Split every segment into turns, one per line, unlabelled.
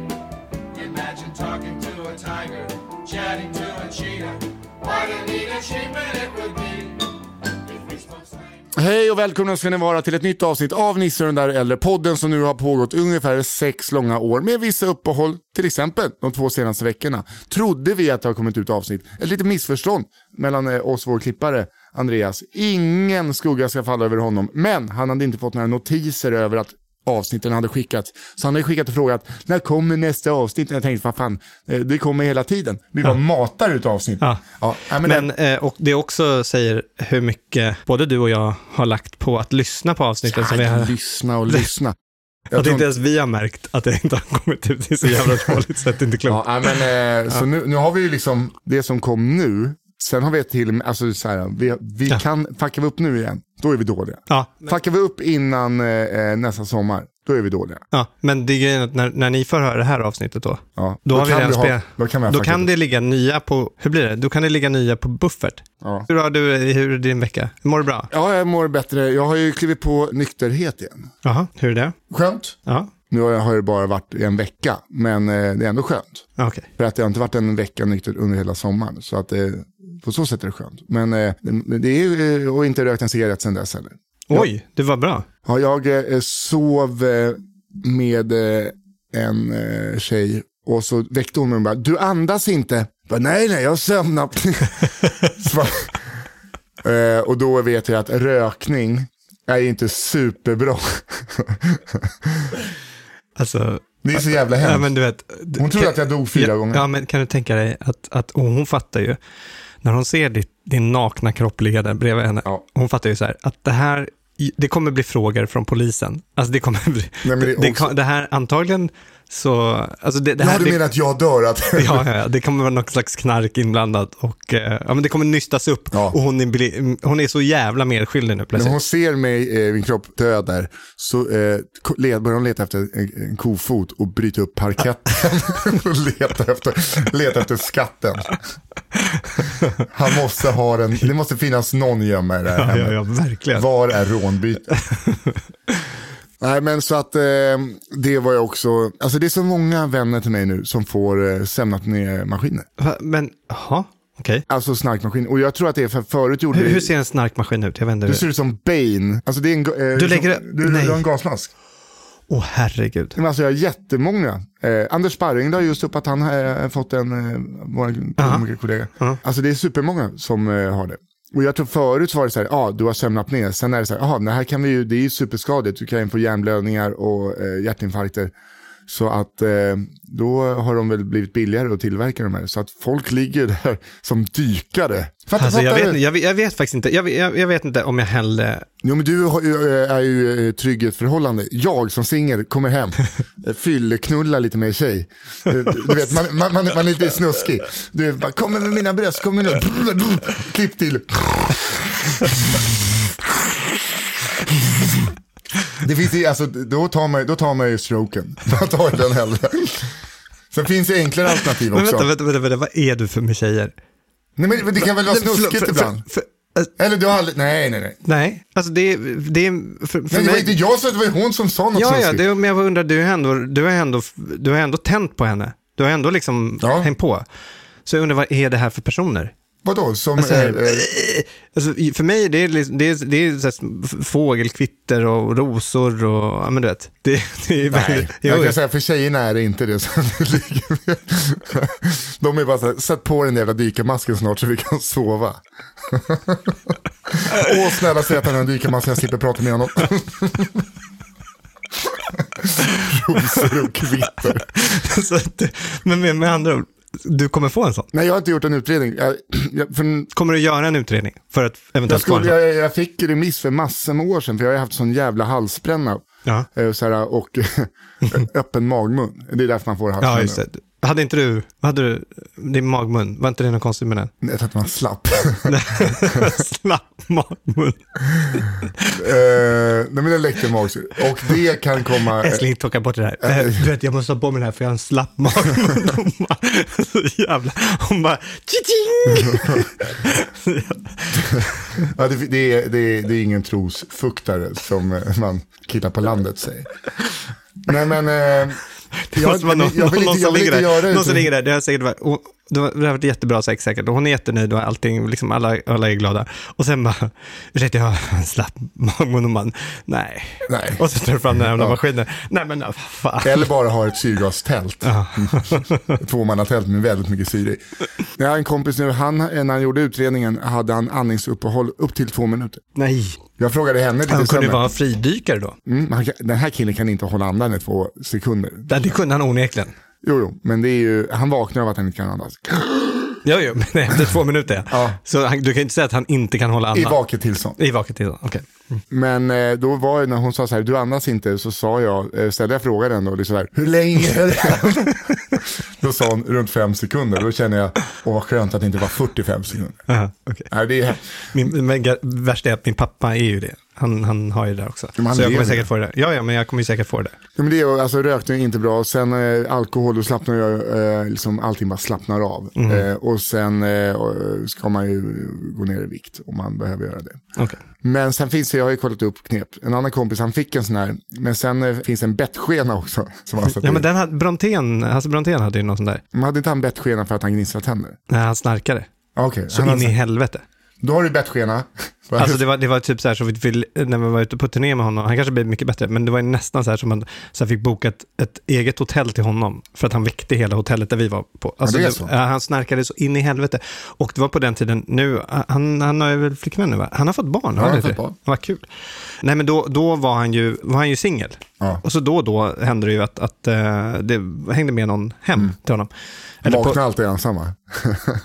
Imagine talking to a tiger, chatting to a cheetah. What a neat achievement it would be if we spoke slang.
Hej och välkomna ska ni vara till ett nytt avsnitt av Nisse och den där äldre podden som nu har pågått ungefär sex långa år med vissa uppehåll, till exempel de två senaste veckorna. Trodde vi att det har kommit ut avsnitt, ett litet missförstånd mellan eh, oss och vår klippare Andreas. Ingen skugga ska falla över honom, men han hade inte fått några notiser över att avsnitten hade skickats. Så han hade skickat och frågat när kommer nästa avsnitt? Jag tänkte, vad fan, eh, det kommer hela tiden. Vi bara matar ut avsnitt.
Ja.
ja, men
Men eh, och det också säger hur mycket både du och jag har lagt på att lyssna på avsnitten som vi
Ja,
har.
Lyssna och lyssna. Jag
Att
tror
inte ens vi har märkt att det inte har kommit ut. Det är så jävla dåligt så att det inte är
Ja,
klokt.
nej, men, eh, så nu, nu har vi ju liksom det som kom nu. Sen har vi ett till, alltså så här, vi, vi
Ja.
kan, fuckar vi upp nu igen, då är vi dåliga.
Ja,
Fuckar vi upp innan eh, eh, nästa sommar, då är vi dåliga.
ja, men det är grejen att när, när ni får höra det här avsnitt då,
Ja,
då, har vi redan
vi ha-
spelat.
då kan vi ha
Då
fuckat
kan
upp.
det ligga nya på, hur blir det? Då kan det ligga nya på buffert.
Ja.
Hur har du, hur är din vecka? Mår du bra?
Ja, jag mår bättre. Jag har ju klivit på nykterhet igen.
Jaha, hur är det?
Skönt.
Ja,
Nu har jag- har det bara varit i en vecka, men eh, det är ändå skönt.
Ja, okej.
För att det har inte varit en vecka nykter under hela sommaren. Så att, eh, på så sätt är det skönt. Men eh, det- det är ju, eh, och inte rökt en cigarett sedan dess heller.
Oj, det var bra.
Ja, jag eh, sov eh, med eh, en eh, tjej och så väckte hon mig och bara, du andas inte. Jag bara, nej, nej, jag sömnar. Så bara- eh, och då vet jag att rökning är ju inte superbra.
Alltså,
det är så jävla
Ja,
hemskt.
men du vet,
Hon trodde att jag dog fyra
ja,
gånger.
Ja, men kan du tänka dig att, att och hon fattar ju, när hon ser ditt, din nakna kropp ligga där bredvid henne,
Ja.
hon fattar ju så här, att det här, det kommer bli frågor från polisen. Alltså det kommer bli,
men det är
det,
också-
kan- det här antagligen så, alltså det, det
Ja,
här,
du
det,
menar att jag dör? Att...
ja, ja, ja, det kommer vara något slags knark inblandat och eh, ja, men det kommer nystas upp
Ja.
och hon är, bli- hon är så jävla medskyldig nu
När
plötsligt.
hon ser mig, eh, min kropp död där, så eh, ko- le- börjar hon leta efter en, en kofot och bryta upp parketten. och leta efter, leta efter skatten. Han måste ha den, det måste finnas någon gömma i det här
Ja, ja,
hemmet.
ja, verkligen.
Var är rånbytet? Nej men så att eh, det var jag också, alltså det är så många vänner till mig nu som får eh, sämnat ner maskiner.
Va, Men, jaha, okej.
Alltså snarkmaskiner. Och jag tror att det är för förut gjorde
Hur,
vi-
hur ser en snarkmaskin ut? Jag vänder
Du ser ut som Bane. Alltså det är en, ga- eh,
Du lägger-
som, du,
nej.
du har en gasmask.
Åh herregud.
Men alltså jag har jättemånga. Eh, Anders Sparring la just upp att han har eh, fått en, eh, vår komikerkollega. Alltså det är supermånga som eh, har det. Och jag tror förut så var det så här, ja ah, du har sömnat ner. Sen är det så här, ja det här kan vi ju, det är ju superskadigt. Du kan ju få hjärnblödningar och eh, hjärtinfarkter. Så att eh, då har de väl blivit billigare att tillverka de här. Så att folk ligger där som dykare. Fattar,
Alltså, jag,
fattar
vet,
du?
inte- jag, vet- jag vet faktiskt inte. Jag, vet- jag, jag vet inte om jag hellre...
Jo men du har ju, eh, är ju eh, trygg i ett förhållande. Jag som singel kommer hem, eh, fylleknullar lite med tjej. Eh, Du vet, man, man, man, man är lite snuskig. Du vet, bara, kommer med mina bröst, kommer nu. Klipp till. Det finns ju, alltså, då tar man, då tar man ju stroken. Man tar ju den hellre. Sen finns det enklare alternativ
Men
också.
vänta, vänta, vänta, vänta, vad är du för med tjejer?
Nej, men, det kan väl vara
Nej, men förlåt,
snuskigt
för-
ibland?
för- för- äh,
Eller du har aldrig, nej nej nej.
nej, alltså det är... Det är för, för
Nej, det var
mig...
inte jag som, det var ju hon som sa något
ja, ja,
snuskigt.
det, men jag bara undrar, du har, ändå, du, har ändå, du har ändå tänt på henne. Du har ändå liksom
Ja.
hängt på. Så jag undrar, vad är det här för personer?
Vadå? Som,
Alltså,
eh, eh,
alltså, i- för mig det är liksom- det, är, det är så här, f- fågelkvitter och rosor och, ja men du vet. Det, det
Nej,
är väldigt,
jag
jo,
kan säga för tjejerna är det inte det. Så det ligger med. De är bara så här, sätt på den jävla dykarmasken snart så vi kan sova. Åh snälla säg att han har en dykarmask så jag slipper prata med honom. Rosor och kvitter.
så att, det- men med, med andra ord, du kommer få en sån.
Nej jag har inte gjort en utredning. Jag, jag, för,
Kommer du göra en utredning för att
jag,
eventuellt få en
skulle,
sån?
jag, jag fick remiss för massor med år sedan för jag har ju haft sån jävla halsbränna.
Ja.
Eh, Så här, och öppen magmun. Det är därför man får halsbränna.
Ja, just det. Hade inte du, hade du din magmun, var inte det något konstigt med den?
Jag tror att man slapp.
Slapp magmun.
Eh, nej men den läckte mag. Och det kan komma...
Älskling, ta bort det där. Eh, Du vet, jag måste ha på mig det här för jag har en slapp magmun. Hon bara, så jävla, hon bara, tjing!
ja, det, det, är- det, är- det är ingen trosfuktare som eh, man killar på landet säger. Nej men... Eh,
Det måste vara någon,
jag vill
någon
inte, jag
som
vill
ligger
inte göra
där.
det. typ.
Någon som ligger där. Det har säkert varit, och, det har det har varit jättebra sex säkert. Och hon är jättenöjd och allting, liksom alla, alla är glada. Och sen bara, ursäkta jag har en slapp magmun och man, nej.
Nej.
Och så tar du fram den här jävla maskinen. Nej men vad fan.
Eller bara ha ett syrgastält. Tvåmannatält med väldigt mycket syre i. Jag har en kompis nu, han, när han gjorde utredningen hade han andningsuppehåll upp till två minuter.
Nej.
Jag frågade henne lite
Han kunde ju
senare.
vara fridykare då.
Mm, han kan- den här killen kan inte hålla andan i två sekunder.
Ja, Det kunde han onekligen.
Jo, jo, men det är ju, han vaknar av att han inte kan andas.
Jo, jo, men efter två minuter ja. Så han, du kan ju inte säga att han inte kan hålla andan.
I vaket tillstånd.
I vaket tillstånd, okej.
Men eh, då var det när hon sa så här, du andas inte, så sa jag, eh, ställde jag frågan ändå, liksom så här, hur länge är det? då sa hon runt fem sekunder, då kände jag, åh vad skönt att det inte var 45 sekunder.
Aha, okej.
Nej, det är,
Min, men ga- värst är att min pappa är ju det. Han, han har ju det där också.
Men han
så jag
lever.
kommer säkert få det där. Ja, ja, men jag kommer ju säkert få det.
men det är, ju- alltså, rökning är inte bra, sen eh, alkohol, då slappnar jag, eh, liksom, allting bara slappnar av. Eh, och sen eh, och- ska man ju gå ner i vikt om man behöver göra det.
Okej.
Men sen finns det, jag har ju kollat upp knep, en annan kompis han fick en sån här, men sen eh, finns det en bettskena också. Som han satte
Ja, men
i.
den hade, Brontén, Hasse Brontén hade ju någon sån där.
Men hade inte han bettskena för att han gnisslade tänder?
När han snarkade.
Ah, Okej,
Så
han
in i
hade,
helvete.
då har du bettskena.
Alltså det var, det var typ så här, så vi, vi- när vi var ute på turné med honom, han kanske blev mycket bättre, men det var ju nästan så här som man så här fick boka ett, ett eget hotell till honom för att han väckte hela hotellet där vi var på. Alltså,
det är så.
ja, han snarkade så in i helvete. Och det var på den tiden, nu, han, han har ju väl flickvän nu va? Han har fått barn, har
han
han
har
inte
fått
det?
barn.
Vad kul. Nej men då, då var han ju, var han ju singel.
Ja.
Och så då och då hände det ju att, att eh, det hängde med någon hem
Mm.
till honom. Eller på-
Vakna alltid ensamma.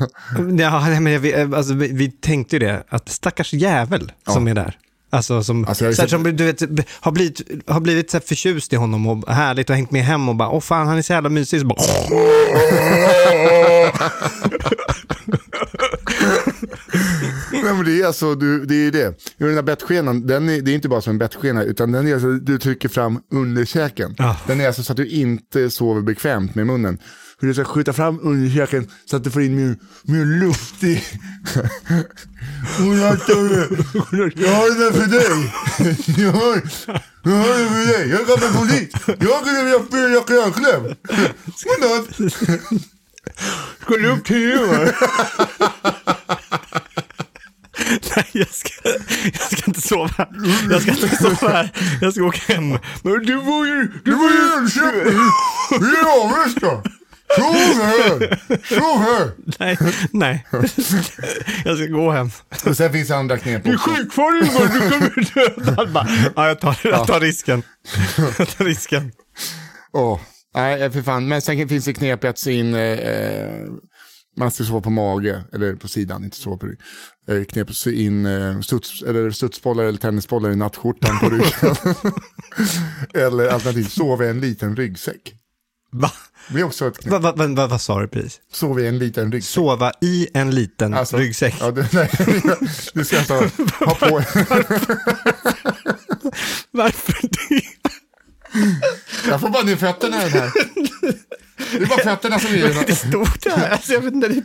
Ja, nej, men vi, alltså, vi, vi tänkte ju det, att stackars jävel som är där. Alltså som,
Alltså, jag har ju
så här,
sett-
som du vet, b- har blivit, har blivit så här förtjust i honom och härligt och hängt med hem och bara, åh fan han är så jävla mysig. Så bara,
Nej, men det är alltså, du, det är ju det. Jo, Den där bettskenan, den är, det är inte bara som en bettskena, utan den är alltså, du trycker fram underkäken.
Ja.
Den är alltså så att du inte sover bekvämt med munnen. Hur du ska skjuta fram underkäken så att du får in mer, mer luft i... Godnatt Tore! Jag har det där för dig! Jag har, jag har det för dig! Jag är gammal polis! Jag skulle vilja spela krönkläm! Godnatt!
Ska du upp till jul? Nej, jag ska, jag ska inte sova här. Jag ska inte sova här. Jag ska åka hem. Men du var ju...
Det var ju Jönköping! Vi är i Avesta! Sov här! Sov här!
Nej, nej. Jag ska gå hem.
Och sen finns det andra knep också.
sjukvård Ingvar, du kommer döda. Han bara, ja, jag tar, jag tar risken. Jag tar risken.
Åh, Nej, eh, för fan. Men sen finns det knep i att se in... eh, Eh, man ska sova på mage, eller på sidan, inte sova på rygg. Eh, knep att se in eh, studs, eller studsbollar eller tennisbollar i nattskjortan på ryggen. eller alternativt sova i en liten ryggsäck.
Va?
Det är också ett knep.
Va, va, va, va, vad sa du precis?
Sova i en liten ryggsäck.
Sova i en liten
Alltså,
ryggsäck.
Ja, du, nej, du ska alltså ha på
Varför det?
Jag får bara ner fötterna i den här. Det är bara fötterna som är i den
Det
här.
stod där. Alltså, jag vet inte. Det,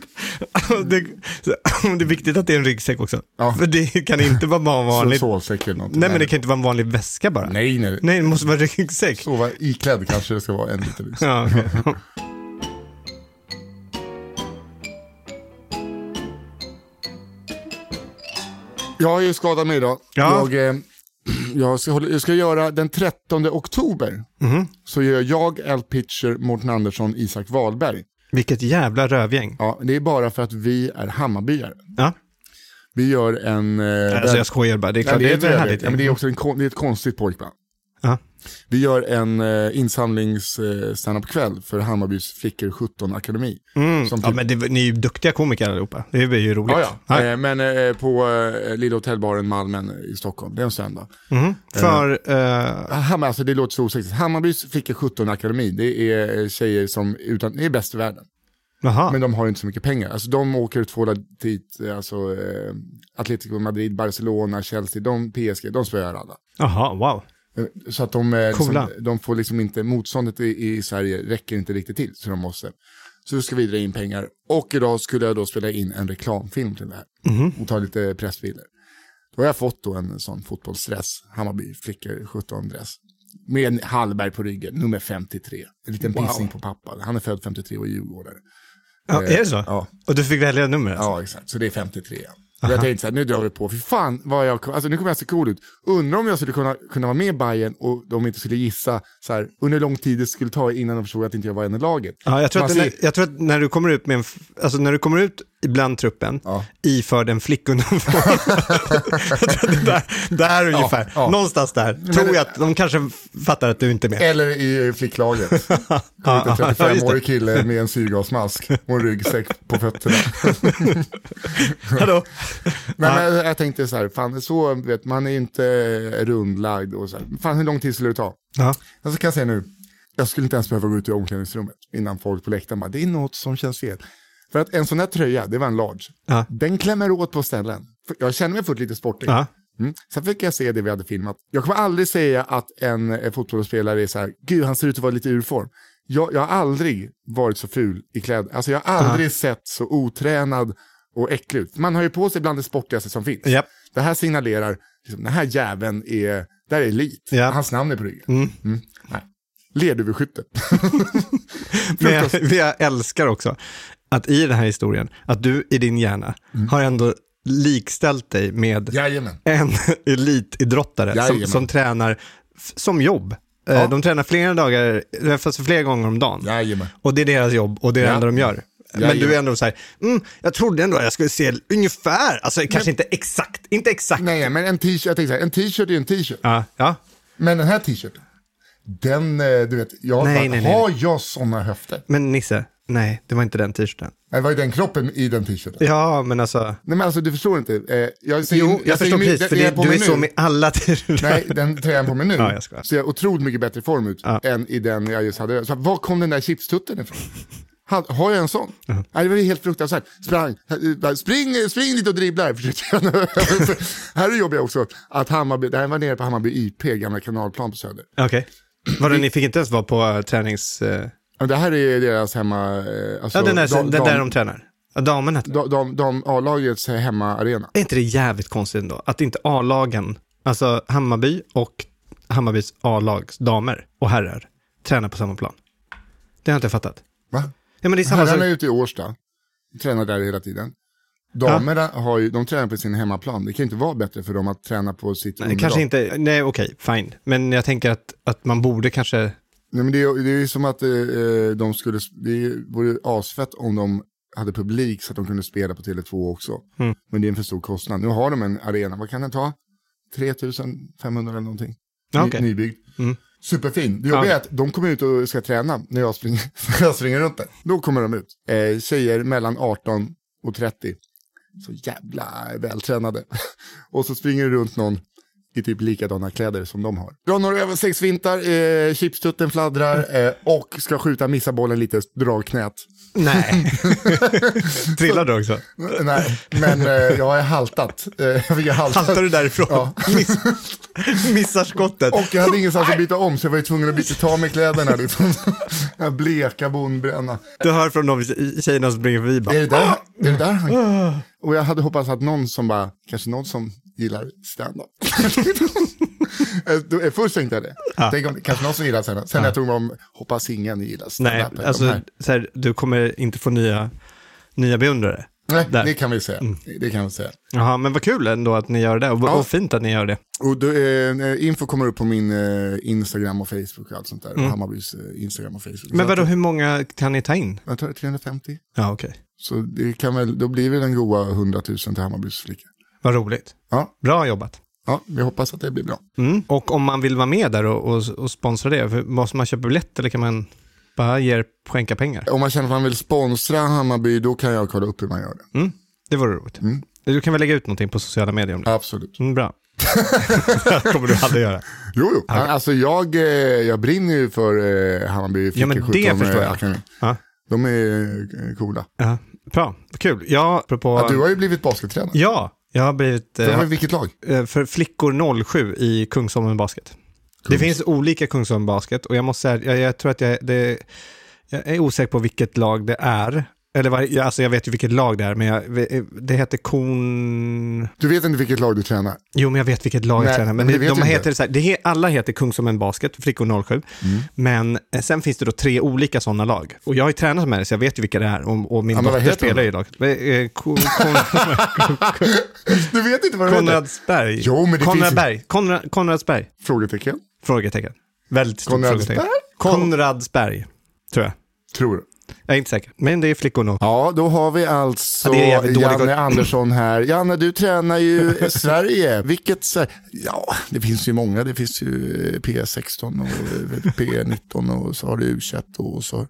det, så- det är viktigt att det är en ryggsäck också.
Ja.
För det kan inte vara bara en vanlig...
Sovsäck eller någonting.
Nej, men det kan inte vara en vanlig väska bara.
Nej, nej.
Nej, det måste vara en ryggsäck.
Sova iklädd kanske det ska vara en liten ryggsäck.
Ja, okej.
Jag har ju skadat mig idag.
Ja.
Jag, eh, jag, ska, hålla- jag ska göra den 13 oktober.
Mhm.
Så gör jag, Al Pitcher, Mårten Andersson, Isak Wahlberg.
Vilket jävla rövgäng.
Ja, det är bara för att vi är Hammarbyare.
Ja.
Vi gör en... eh,
Alltså jag skojar bara. Det är klart,
Nej, det, är
ett
inte det,
härligt
ja, men det är också en, kon- det är ett konstigt pojkband.
Ja.
Vi gör en eh, insamlings eh, standup-kväll för Hammarbys flickor 17 akademi. Som
Ja, men det, ni är ju duktiga komiker allihopa. Det blir ju roligt.
Ja, ja. Eh, Mm. men eh, på eh, Lilla Hotellbaren Malmen i Stockholm, det är en söndag.
För, eh,
Hammar, alltså det låter så osäkert. Hammarbys flickor 17 akademi, det är eh, tjejer som utan, det är bäst i världen.
jaha.
Men de har inte så mycket pengar. Alltså de åker uttvålade dit, eh, alltså eh, Atletico Madrid, Barcelona, Chelsea, de PSG, de spöar alla.
Jaha, wow.
Eh, Så att de, eh, liksom,
Coola.
de får liksom inte, motståndet i, i Sverige räcker inte riktigt till, så de måste. Så då ska vi dra in pengar. Och idag skulle jag då spela in en reklamfilm till det här. Och ta lite pressbilder. Då har jag fått då en sån fotbollsdress, Hammarby flickor 17-dress. Med en Hallberg på ryggen, nummer 53. En liten pissning på pappa. Han är född 53 och djurgårdare.
Ja, är det så?
Eh, ja.
Och du fick välja numret?
Ja, exakt. Så det är 53. Och jag tänkte så här, nu drar vi på. Fy fan, vad jag, alltså, nu kommer jag se cool ut. Undrar om jag skulle kunna, kunna vara med i Bayern och de inte skulle gissa så här, under hur lång tid det skulle ta innan de förstod att inte jag var en i laget.
Ja, jag, tror att
Man
när,
ser-
jag tror att när du kommer ut, med en, f- alltså när du kommer ut bland truppen iförd en flickunderform, jag tror att det där, där ungefär,
ja.
någonstans där, tror jag att de kanske f- fattar att du inte är med.
Eller i eh, flicklaget. Kom
Ja,
ut en
ja, ja, just det.
35-årig kille med en syrgasmask och en ryggsäck på fötterna.
Hallå?
Men, men jag, jag tänkte så här, fan så, vet, man är inte rundlagd och så här. Fan hur lång tid skulle det ta?
Ja.
Alltså kan jag säga nu, jag skulle inte ens behöva gå ut i omklädningsrummet innan folk på läktaren bara, det är något som känns fel. För att en sån här tröja, det var en large,
Ja.
den klämmer åt på ställen. För Jag känner mig fullt lite sportig.
Ja.
Mm. Sen fick jag se det vi hade filmat. Jag kommer aldrig säga att en eh, fotbollsspelare är så här, gud han ser ut att vara lite ur form. Jag, jag har aldrig varit så ful i kläder. Alltså jag har aldrig sett så otränad och äcklig ut. Man har ju på sig bland det sportigaste som finns.
Japp.
Det här signalerar, liksom, den här jäveln är, där är elit.
Japp.
Hans namn är på ryggen. Mm. Nej. Lerduveskytte.
Men jag, men jag älskar också att i den här historien, att du i din hjärna
Mm.
har ändå likställt dig med
Jajamän.
en elitidrottare som,
Jajamän.
som tränar f- som jobb. Eh, De tränar flera dagar, alltså flera gånger om dagen.
Jajamän.
Och det är deras jobb och det är det
Ja.
enda de gör. Men
Jajamän.
du är ändå så här, mm, jag trodde ändå att jag skulle se ungefär, alltså kanske inte exakt, inte exakt.
Nej, men en t-shirt, jag tänkte så här, en t-shirt är en t-shirt.
Ja, ja.
Men den här t-shirten, den, eh, du vet, jag bara,
Nej, nej, nej.
har jag sådana höfter?
Men Nisse, nej, det var inte den t-shirten.
Det var ju den kroppen i den t-shirten.
Ja, men alltså,
Nej men alltså du förstår inte. Eh, jag säger,
jo, jag,
säger
förstår
min-
precis,
den
för
jag
det,
på
du är
mig
så
nu.
med alla t-shirtar.
Nej, den tröjan på mig nu
Ja, jag skojar.
ser jag otroligt mycket bättre form ut än i den jag just hade. Så, var kom den där chipstutten ifrån? Ha- Har jag en sån? Nej, det var ju helt fruktansvärt. Sprang, eh, spring, spring dit och dribbla. försökte jag nu. här är jobbar jag också. Att Hammarby, det här var nere på Hammarby IP, gamla kanalplan på Söder.
Okej. Vadå, ni fick inte ens vara på eh, tränings... eh,
Ja, Det här är deras hemma... eh, Alltså,
Ja, den där,
dam-
den där
dam-
de tränar. Ja, Damerna.
dam- dam- dam- A-lagets hemmaarena.
Är inte det jävligt konstigt ändå? Att inte A-lagen, alltså Hammarby och Hammarbys A-lags damer och herrar, tränar på samma plan. Det har jag inte fattat.
Va?
Ja, men det är samma
Herrarna är
sak.
ute i Årsta, tränar där hela tiden. Damerna har ju, de tränar på sin hemmaplan. Det kan ju inte vara bättre för dem att träna på sitt
Nej, kanske inte, nej okej, fine. Men jag tänker att, att man borde kanske,
Nej, men det, är- det är ju som att eh, eh, de skulle, det vore asfett om de hade publik så att de kunde spela på Tele2 också.
Mm.
Men det är en för stor kostnad. Nu har de en arena, vad kan den ta? 3500 eller någonting.
Ja,
Ny-
okej. Mm.
Nybyggd. Superfin. Det jobbiga är att de kommer ut och ska träna när jag springer, när jag springer runt där. Då kommer de ut. Eh, tjejer mellan 18 och 30. Så jävla vältränade. Och så springer det runt någon i typ likadana kläder som de har. Drar några över sex vintar, eh, chipstutten fladdrar eh, och ska skjuta, missa bollen lite, dra knät.
nej. Trillar du också?
Nej, men eh, jag har haltat. Eh, jag fick halta.
Haltar du därifrån?
Ja.
Miss, missar skottet?
Och jag hade ingenstans att byta om så jag var ju tvungen att byta ta med kläderna. Liksom. Den här bleka bondbränna.
Du hör från de tjejerna som springer förbi bara,
Är det där, är det där han...
Ah.
Och jag hade hoppats att någon som bara, kanske någon som gillar stand-up. Eh, då- eh, Först tänkte jag det. Tänk om, kanske någon som gillar stand-up. Sen när jag tog mig om, hoppas ingen gillar
Nej,
stand-up. De
alltså
här-
så här, du kommer inte få nya, nya beundrare.
Nej,
Där. Mm.
det kan vi säga. Det kan vi säga.
Jaha, men vad kul ändå att ni gör det och,
Ja.
och fint att ni gör det.
Och då, eh, info kommer upp på min eh, Instagram och Facebook och allt sånt där. Hammarbys eh, Instagram och Facebook.
Mm. Men
Så
vadå,
att-
hur många kan ni ta in?
Jag tror det är 350.
Ja, okej.
Så det kan väl, då blir det den goa 100 000 till Hammarbys flickor.
Vad roligt.
Ja.
Bra jobbat.
Ja, vi hoppas att det blir bra.
Mm. Och om man vill vara med där och, och, och sponsra det, för måste man köpa biljett eller kan man bara ge er, skänka pengar?
Om man känner att man vill sponsra Hammarby, då kan jag kolla upp hur man gör det.
Mm. Det vore roligt. Du kan väl lägga ut någonting på sociala medier om det?
Absolut.
Mm, bra. det kommer du aldrig göra.
Jo, jo. Alltså jag, eh, jag brinner ju för eh, Hammarby
Ja, men
Flickor
det
17, eh,
förstår jag.
Akademi.
Ja.
De är eh, coola.
Ja. Bra, kul. Ja, apropå...
Ja, du har ju blivit baskettränare.
Ja, jag har blivit
Det var
eh,
i vilket lag?
eh, för flickor 07 i Kungsholmen Basket. Det finns olika Kungsholmen Basket och jag måste säga, jag, jag tror att jag, det, jag är osäker på vilket lag det är. Eller vad, jag- alltså jag vet ju vilket lag det är, men jag, det heter Kon...
Du vet inte vilket lag du tränar?
Jo, men jag vet vilket lag jag
Nej,
tränar. Men,
men
det,
det vet
de
du
heter
inte.
så här, det, he- alla heter Kungsholmen Basket, Flickor 07.
Mm.
Men eh, sen finns det då tre olika sådana lag. Och jag har ju tränat med det, så jag vet ju vilka det är. Och, och min
Ja, men vad heter
dotter
de
spelar
då?
ju i laget. Eh, eh, Ko- Kon-
Du vet inte vad du heter?
Konradsberg.
Jo, men det finns-
Konradberg. Konra- Konradsberg.
Frågetecken?
Frågetecken. Väldigt stort
Konradsberg?
frågetecken. Konradsberg, tror jag.
Tror du?
Jag är inte säker. Men det är flickorna. också.
Ja, då har vi alltså
Ja, det är jävligt dålig
Janne
koll.
Andersson här. Janne, du tränar ju eh, Sverige. Vilket Sverige? Ja, det finns ju många. Det finns ju eh, P16 och eh, P19 och så har du U21 och så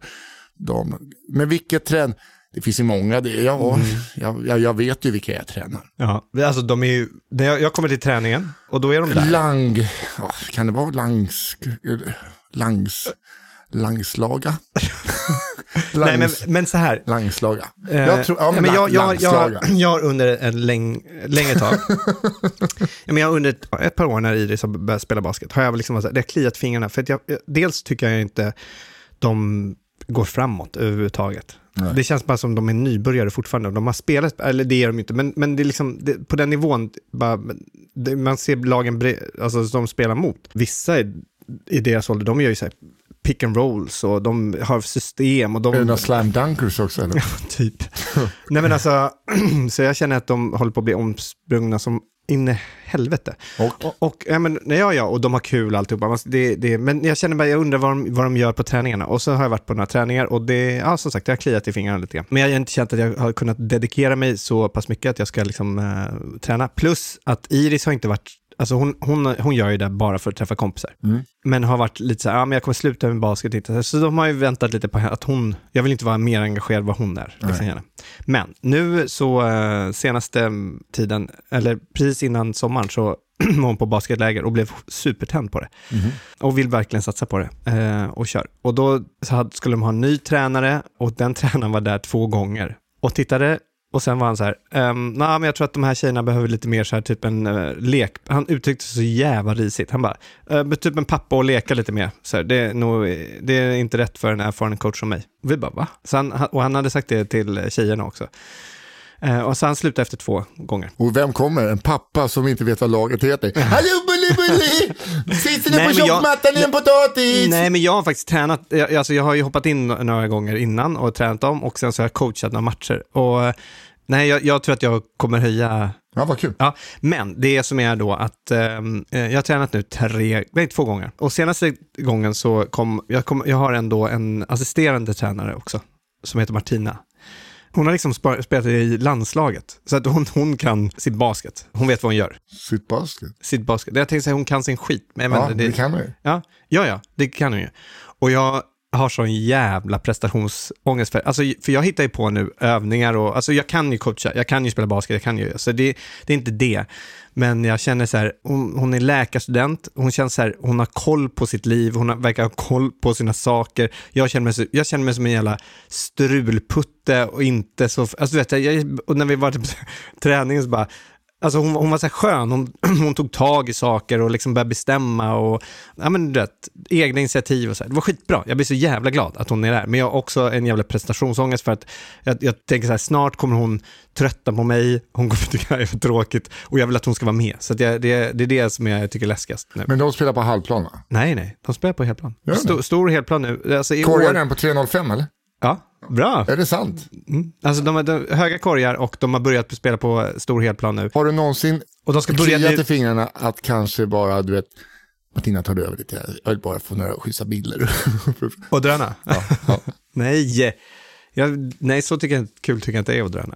dam. Men vilket trän? Det finns ju många. Det, ja,
Mm.
jag, jag, jag vet ju vilka jag tränar.
Ja, alltså de är ju... när Jag jag kommer till träningen och då är de där.
Lang... ja, Kan det vara Langs... Langs... Langslaga? Langs,
Nej, men, men så här.
Langslaga.
Jag,
tror-
Eh, ja, men jag, jag, jag,
Langslaga.
jag har under en läng, längre tag, ja, men jag har under ett, ett par år när Iris har börjat spela basket, har jag liksom varit så här, det har kliat fingrarna. För att jag, jag- dels tycker jag inte de går framåt överhuvudtaget. Det känns bara som de är nybörjare fortfarande. De har spelat, eller det är de inte, men, men det är liksom, det, på den nivån, bara, det, man ser lagen bre- alltså, som de spelar mot. Vissa i, i deras ålder, de gör ju så här pick and rolls och de har system. Och de,
Är det några slam dunkers också? Eller?
typ. Nej men alltså, så jag känner att de håller på att bli omsprungna som in i helvete.
Och?
och, och ja, men, ja, ja, och de har kul alltihopa. Man- Det, det, men jag känner bara, jag undrar vad de, vad de gör på träningarna. Och så har jag varit på några träningar och det, ja som sagt, jag har kliat i fingrarna lite grann. Men jag har inte känt att jag har kunnat dedikera mig så pass mycket att jag ska liksom eh, träna. Plus att Iris har inte varit, alltså hon, hon, hon gör ju det bara för att träffa kompisar. Men har varit lite så här, ja men jag kommer sluta med basket. Inte. så här. Så de har ju väntat lite på att hon, jag vill inte vara mer engagerad än vad hon är. Liksom gärna. Men nu så eh, senaste mm, tiden, eller precis innan sommaren, så var hon på basketläger och blev supertänd på det. Och vill verkligen satsa på det eh, och kör. Och då så hade, skulle de ha en ny tränare och den tränaren var där två gånger och tittade och sen var han så här, ehm, nej men jag tror att de här tjejerna behöver lite mer så här typ en eh, lek. Han uttryckte sig så jävla risigt. Han bara, "Eh, men typ en pappa och leka lite mer. Så här, det, är nog, eh, det är inte rätt för en erfaren coach som mig. Och vi bara, va? Så han, han- och han hade sagt det till tjejerna också. Eh, och så han slutade efter två gånger.
Och vem kommer? En pappa som inte vet vad laget heter. Hallå bulli bulli! Sitter ni
Nej,
på
men jag-
tjockmattan i en potatis?
Nej, men jag har faktiskt tränat. Jag, alltså, jag har ju hoppat in några gånger innan och tränat dem och sen så har jag coachat några matcher. Och, eh, nej, jag, jag tror att jag kommer höja
Ja, vad kul.
Ja, men det som är då att ehm, eh, jag har tränat nu tre, nej två gånger. Och senaste gången så kom, jag, kom, jag har ändå en assisterande tränare också, som heter Martina. Hon har liksom spa- spelat i landslaget, så att hon, hon kan sitt basket. Hon vet vad hon gör.
Sitt basket.
Sitt basket. Jag tänkte säga hon kan sin skit. Men jag
Ja,
menar,
det kan hon ju.
Ja, ja, ja, det kan hon ju. Och jag har sån jävla prestationsångest. För, alltså, för jag hittar ju på nu övningar och alltså, jag kan ju coacha, jag kan ju spela basket, jag kan ju. Så det, det är inte det. Men jag känner så här, hon, hon är läkarstudent, hon känns så här, hon har koll på sitt liv, hon har, verkar ha koll på sina saker. Jag känner mig, så, jag känner mig som en jävla strulputte och inte så... Alltså, du vet, jag, och när vi var typ, träningen så bara, Alltså hon, hon var så här skön, hon, hon tog tag i saker och liksom började bestämma och ja, men, du vet, egna initiativ och så här. Det var skitbra, jag blir så jävla glad att hon är där. Men jag har också en jävla prestationsångest för att jag, jag tänker så här, snart kommer hon trötta på mig, hon kommer tycka det är för tråkigt och jag vill att hon ska vara med. Så att jag, det, det är det som jag tycker är läskigast nu.
Men de spelar på halvplan va?
Nej, nej, de spelar på helplan.
Gör de?
Stor, stor helplan nu. Alltså, i
Korgar
år-
den på 3.05 eller?
Ja, Bra.
Är det sant?
Alltså de, har- de, höga korgar och de har börjat spela på stor helplan nu.
Har du någonsin
Och de ska börja
kliat i
nu.
fingrarna att kanske bara, du vet, Martina tar du över lite, här. jag vill bara få några schyssta bilder.
Och dröna?
ja.
nej. Jag, nej, så tycker jag, inte- kul tycker jag inte det är att dröna.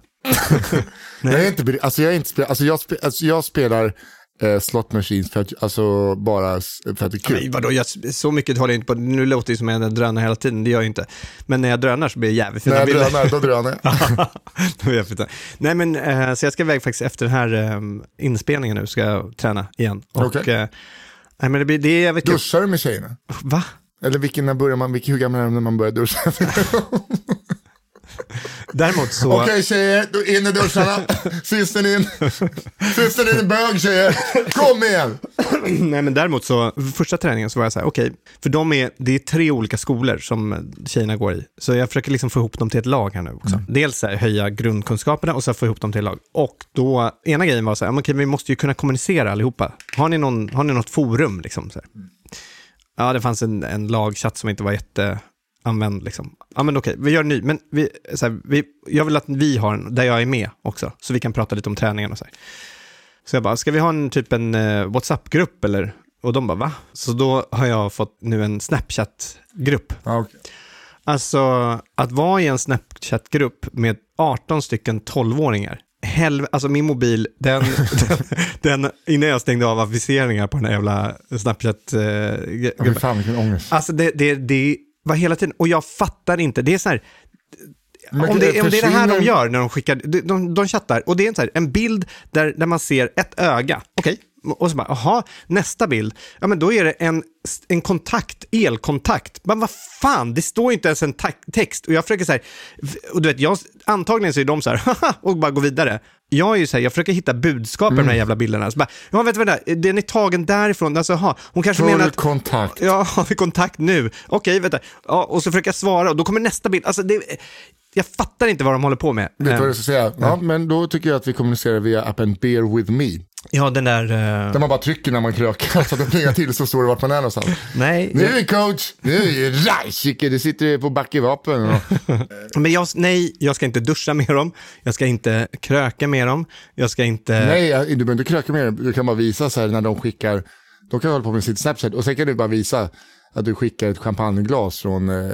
Jag är inte, ber- alltså jag är inte, spe- alltså jag, spe, alltså jag spelar eh, slot machines för att, alltså bara s- för att det är kul.
Men vadå, jag, så mycket håller jag inte på. Nu låter det som att jag drönar hela tiden, det gör jag ju inte. Men när jag drönar så blir det jävligt fina
När jag
bilder.
drönar, då drönar jag.
Då är jag flyttad. Nej men, eh, så jag ska iväg faktiskt efter den här eh, inspelningen nu, ska jag träna igen. Och,
Okej.
eh, nej men det, blir, det är jävligt kul.
Duschar du med tjejerna?
Va?
Eller vilken, när börjar man, vilken, hur gammal är man när man börjar duscha?
Däremot så...
Okej tjejer, då in i duscharna. Systern in. Systern in i bög tjejer. Kom igen.
Nej, men däremot så, första träningen så var jag så här, okej, för de är, det är tre olika skolor som tjejerna går i. Så jag försöker liksom få ihop dem till ett lag här nu också. Dels så här, höja grundkunskaperna och sen få ihop dem till ett lag. Och då, ena grejen var så här, men okej, vi måste ju kunna kommunicera allihopa. Har ni, någon, har ni något forum liksom? Så här. Ja, det fanns en, en lagchatt som inte var jätteanvänd. Liksom. Ja, men okej, vi gör en ny. Men vi, så här, vi, jag vill att vi har en där jag är med också, så vi kan prata lite om träningen och så här. Så jag bara, ska vi ha en typ en eh, WhatsApp-grupp eller? Och de bara, va? Så då har jag fått nu en Snapchat-grupp.
Ja, okej.
Alltså, att vara i en Snapchat-grupp med 18 stycken 12-åringar. Helv- alltså min mobil, den, den, den, innan jag stängde av aviseringar på den här jävla
Ja, Fy
Snapchat-gruppen.
fan vilken ångest.
Alltså det, det, det var hela tiden, och jag fattar inte, det är så här,
Men
om det, om det är det här de
försvinner-
gör när de skickar, de, de, de chattar, och det är en, så här, en bild där, där man ser ett öga, okej, och så bara, aha, nästa bild, ja men då är det en, en kontakt, elkontakt, men vad fan, det står ju inte ens en tak- text, och jag försöker så här, och du vet, jag, antagligen så är de så här, haha, och bara går vidare. Jag är ju så här, jag försöker hitta budskap i de här
Mm.
jävla bilderna, så bara, ja vet du vad det är, den är tagen därifrån, alltså aha, hon kanske
Full
menar att...
kontakt.
Ja, har vi kontakt nu? Okej, vänta. Ja, och så försöker jag svara och då kommer nästa bild. Alltså, det, jag fattar inte vad de håller på med.
Vet du vad
Eh,
jag ska säga? Ja, men då tycker jag att vi kommunicerar via appen Bear With Me.
Ja, den där... eh,
Där man bara trycker när man krökar så att den plingar till så står det vart man är någonstans.
Nej,
Nu är vi coach, nu är vi rajsike, det sitter på back i vapen. Och...
men jag, nej, jag ska inte duscha med dem. Jag ska inte kröka med dem. Jag ska inte...
Nej, jag- du behöver inte kröka med dem. Du kan bara visa så här när de skickar. De kan hålla på med sitt Snapchat och sen kan du bara visa att du skickar ett champagneglas från eh,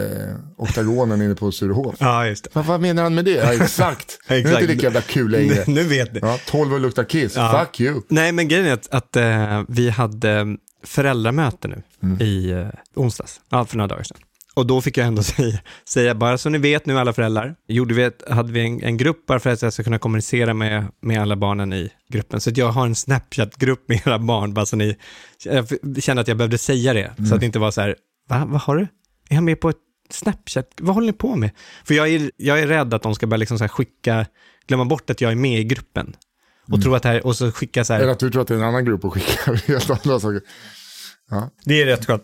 oktagonen inne på Sturehof.
Ja, just det.
Men vad menar han med det? Ja, exakt. Nu är det inte lika jävla kul längre.
Nu, nu vet ni.
Ja, 12 och luktar kiss. Fuck you.
Nej, men grejen är att, att eh, vi hade eh, föräldramöte nu i eh, onsdags, ja, för några dagar sedan. Och då fick jag ändå säga, säga, bara så ni vet nu alla föräldrar, gjorde vi ett, hade vi en, en grupp bara för att jag ska kunna kommunicera med, med alla barnen i gruppen. Så att jag har en Snapchat-grupp med era barn, bara så ni, jag f- kände att jag behövde säga det, så att det inte var så här, va, vad har du? Är han med på ett Snapchat? Vad håller ni på med? För jag är, jag är rädd att de ska börja liksom så här skicka, glömma bort att jag är med i gruppen. Och tro att det här, och så skicka så här,
Mm. Eller att du tror att det är en annan grupp och skickar helt andra saker.
Det är rätt skönt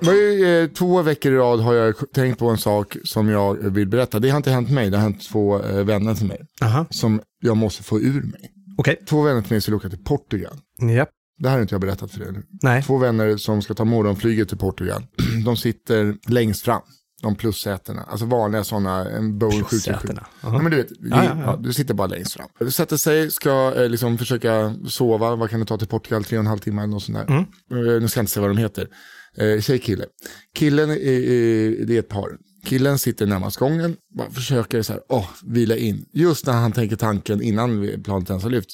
Varje, eh, två veckor i rad har jag tänkt på en sak som jag vill berätta. Det har inte hänt mig, det har hänt två eh, vänner till mig.
Aha.
Som jag måste få ur mig.
Okej.
Två vänner till mig skulle åka till Portugal.
Japp.
Det här har inte jag berättat för er.
Nej.
Två vänner som ska ta morgonflyget till Portugal. De sitter längst fram. De plussätena. Alltså vanliga sådana. En Boeing 737.
Plussätena. Aha.
Ja, men du vet,
Ja, ja, ja.
ja, du sitter bara längst fram. Du sätter sig, ska eh, liksom försöka sova. Vad kan det ta till Portugal? Tre och en halv timme eller något sånt
Mm.
där. Eh, Nu ska jag inte säga vad de heter. Eh, tjej, kille. Killen, är, är, det är ett par. Killen sitter närmast gången, bara försöker så här, åh, vila in. Just när han tänker tanken innan vi- planet ens har lyft,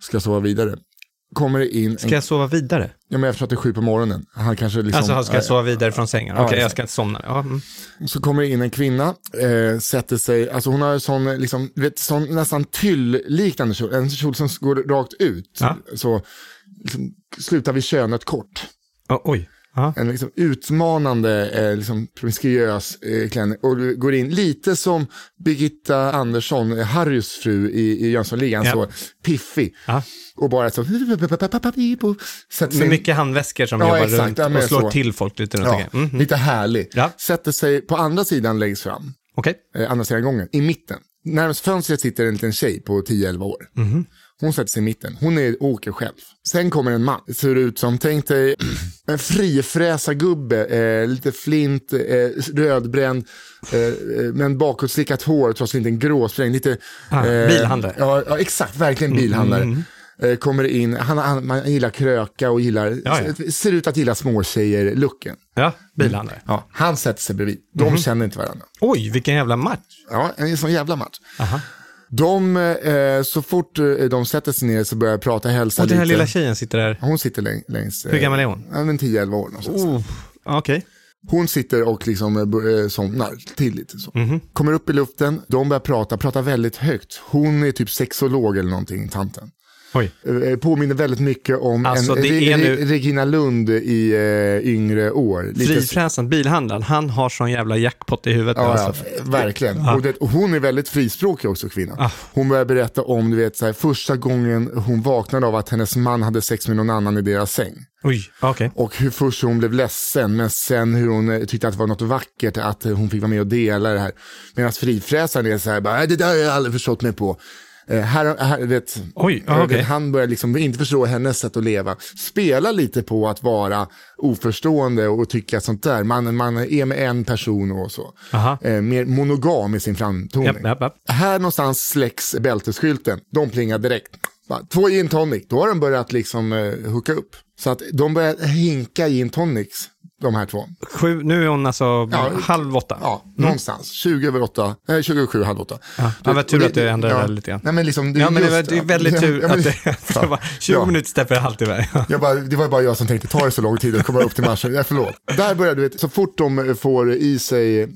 ska jag sova vidare. Kommer det in, en,
Ska jag sova vidare?
ja, men eftersom att det är sju på morgonen, han kanske liksom...
Alltså, ska jag
eh,
sova vidare från sängen? Okej, jag
exakt.
ska inte somna. Ja, mm.
Så kommer det in en kvinna, eh, sätter sig, alltså hon har en sån, eh, liksom, du vet, sån nästan tyllliknande kjol, en kjol som går rakt ut.
Ja.
Så liksom, slutar vid könet kort.
Ja, oj. Ja.
En liksom, utmanande, eh, liksom, promiskuös eh, klänning. Och du går in lite som Birgitta Andersson, eh, Harrys fru i, i Jönssonligan,
Ja.
så piffig.
Ja.
Och bara så, sätter sig
Så
in-
mycket handväskor som
Ja,
jobbar
exakt.
runt
Ja, men
och slår
så.
till folk lite runt
ja,
omkring. Mm.
lite härlig.
Ja.
Sätter sig på andra sidan längst fram.
Okej.
eh, andra sidan gången, i mitten. Närmast fönstret sitter en liten tjej på 10-11 år.
Mhm.
Hon sätter sig i mitten, hon är, åker själv. Sen kommer en man, ser ut som, tänk dig en frifräsargubbe, eh, lite flint, eh, rödbränd, eh, eh, men bakåtslickat hår, trots inte en gråsträng. Lite, eh,
Ah, bilhandlare. Mm,
Ja, ja, exakt, verkligen bilhandlare. Eh, Kommer in, han, han, man gillar kröka och gillar,
Ja,
ser ut att gilla småtjejer-looken.
Ja, bilhandlare. Mhm.
Ja, han sätter sig bredvid, de känner inte varandra.
Oj, vilken jävla match.
Ja, en sån jävla match. De, eh, så fort eh, de sätter sig ner så börjar jag prata hälsa
Och den här
lite.
lilla tjejen sitter där.
Hon sitter läng- längst. eh,
Hur gammal är hon?
Ja, men 10-11 år någonstans.
Oh, Okej.
Hon sitter och liksom eh, bör- eh, somnar till lite så.
Mhm.
Kommer upp i luften, de börjar prata, pratar väldigt högt. Hon är typ sexolog eller någonting, tanten.
Oj.
Eh, Påminner väldigt mycket om
Alltså,
en,
det
Re-
är nu-
Re- Regina Lund i eh, yngre år. Lite så-
Frifräsaren, bilhandlaren, han har sån jävla jackpot i huvudet.
Ja,
alltså.
ja, verkligen. Och, det, och hon är väldigt frispråkig också, kvinnan.
Ah.
Hon börjar berätta om du vet, så här, första gången hon vaknade av att hennes man hade sex med någon annan i deras säng.
Oj, okej.
Och hur först hon blev ledsen, men sen hur hon eh, tyckte att det var något vackert att eh, hon fick vara med och dela det här. Medan frifräsaren är så här, bara, "Äh, det där har jag aldrig förstått mig på. Eh, här, här, vet,
Oj, ja,
eh,
okej.
vet, han börjar liksom inte förstå hennes sätt att leva. Spela lite på att vara oförstående och tycka sånt där. Man, man är med en person och så.
Aha.
Eh, mer monogam i sin framtoning.
Japp, japp, japp.
Här någonstans släcks bältesskylten. De plingar direkt. Va, Två gin tonic, då har de börjat liksom eh, hooka upp. Så att de börjar hinka gin tonics, de här två.
Sju, nu är hon alltså
Ja.
halv åtta.
Ja, någonstans. 20 över 8, eh, 27, halv 8. Ja,
Mm. ja, vad tur att du ändrade det lite grann.
Nej, men liksom, det, är
Ja, men det
just,
var, det är väldigt tur
Ja, men-
att det, att det var 20
Ja.
minuter steppar jag alltid iväg.
Jag bara, det var bara jag som tänkte, ta det så lång tid att komma upp till matchen. Ja, förlåt. Där börjar du, vet, så fort de får i sig,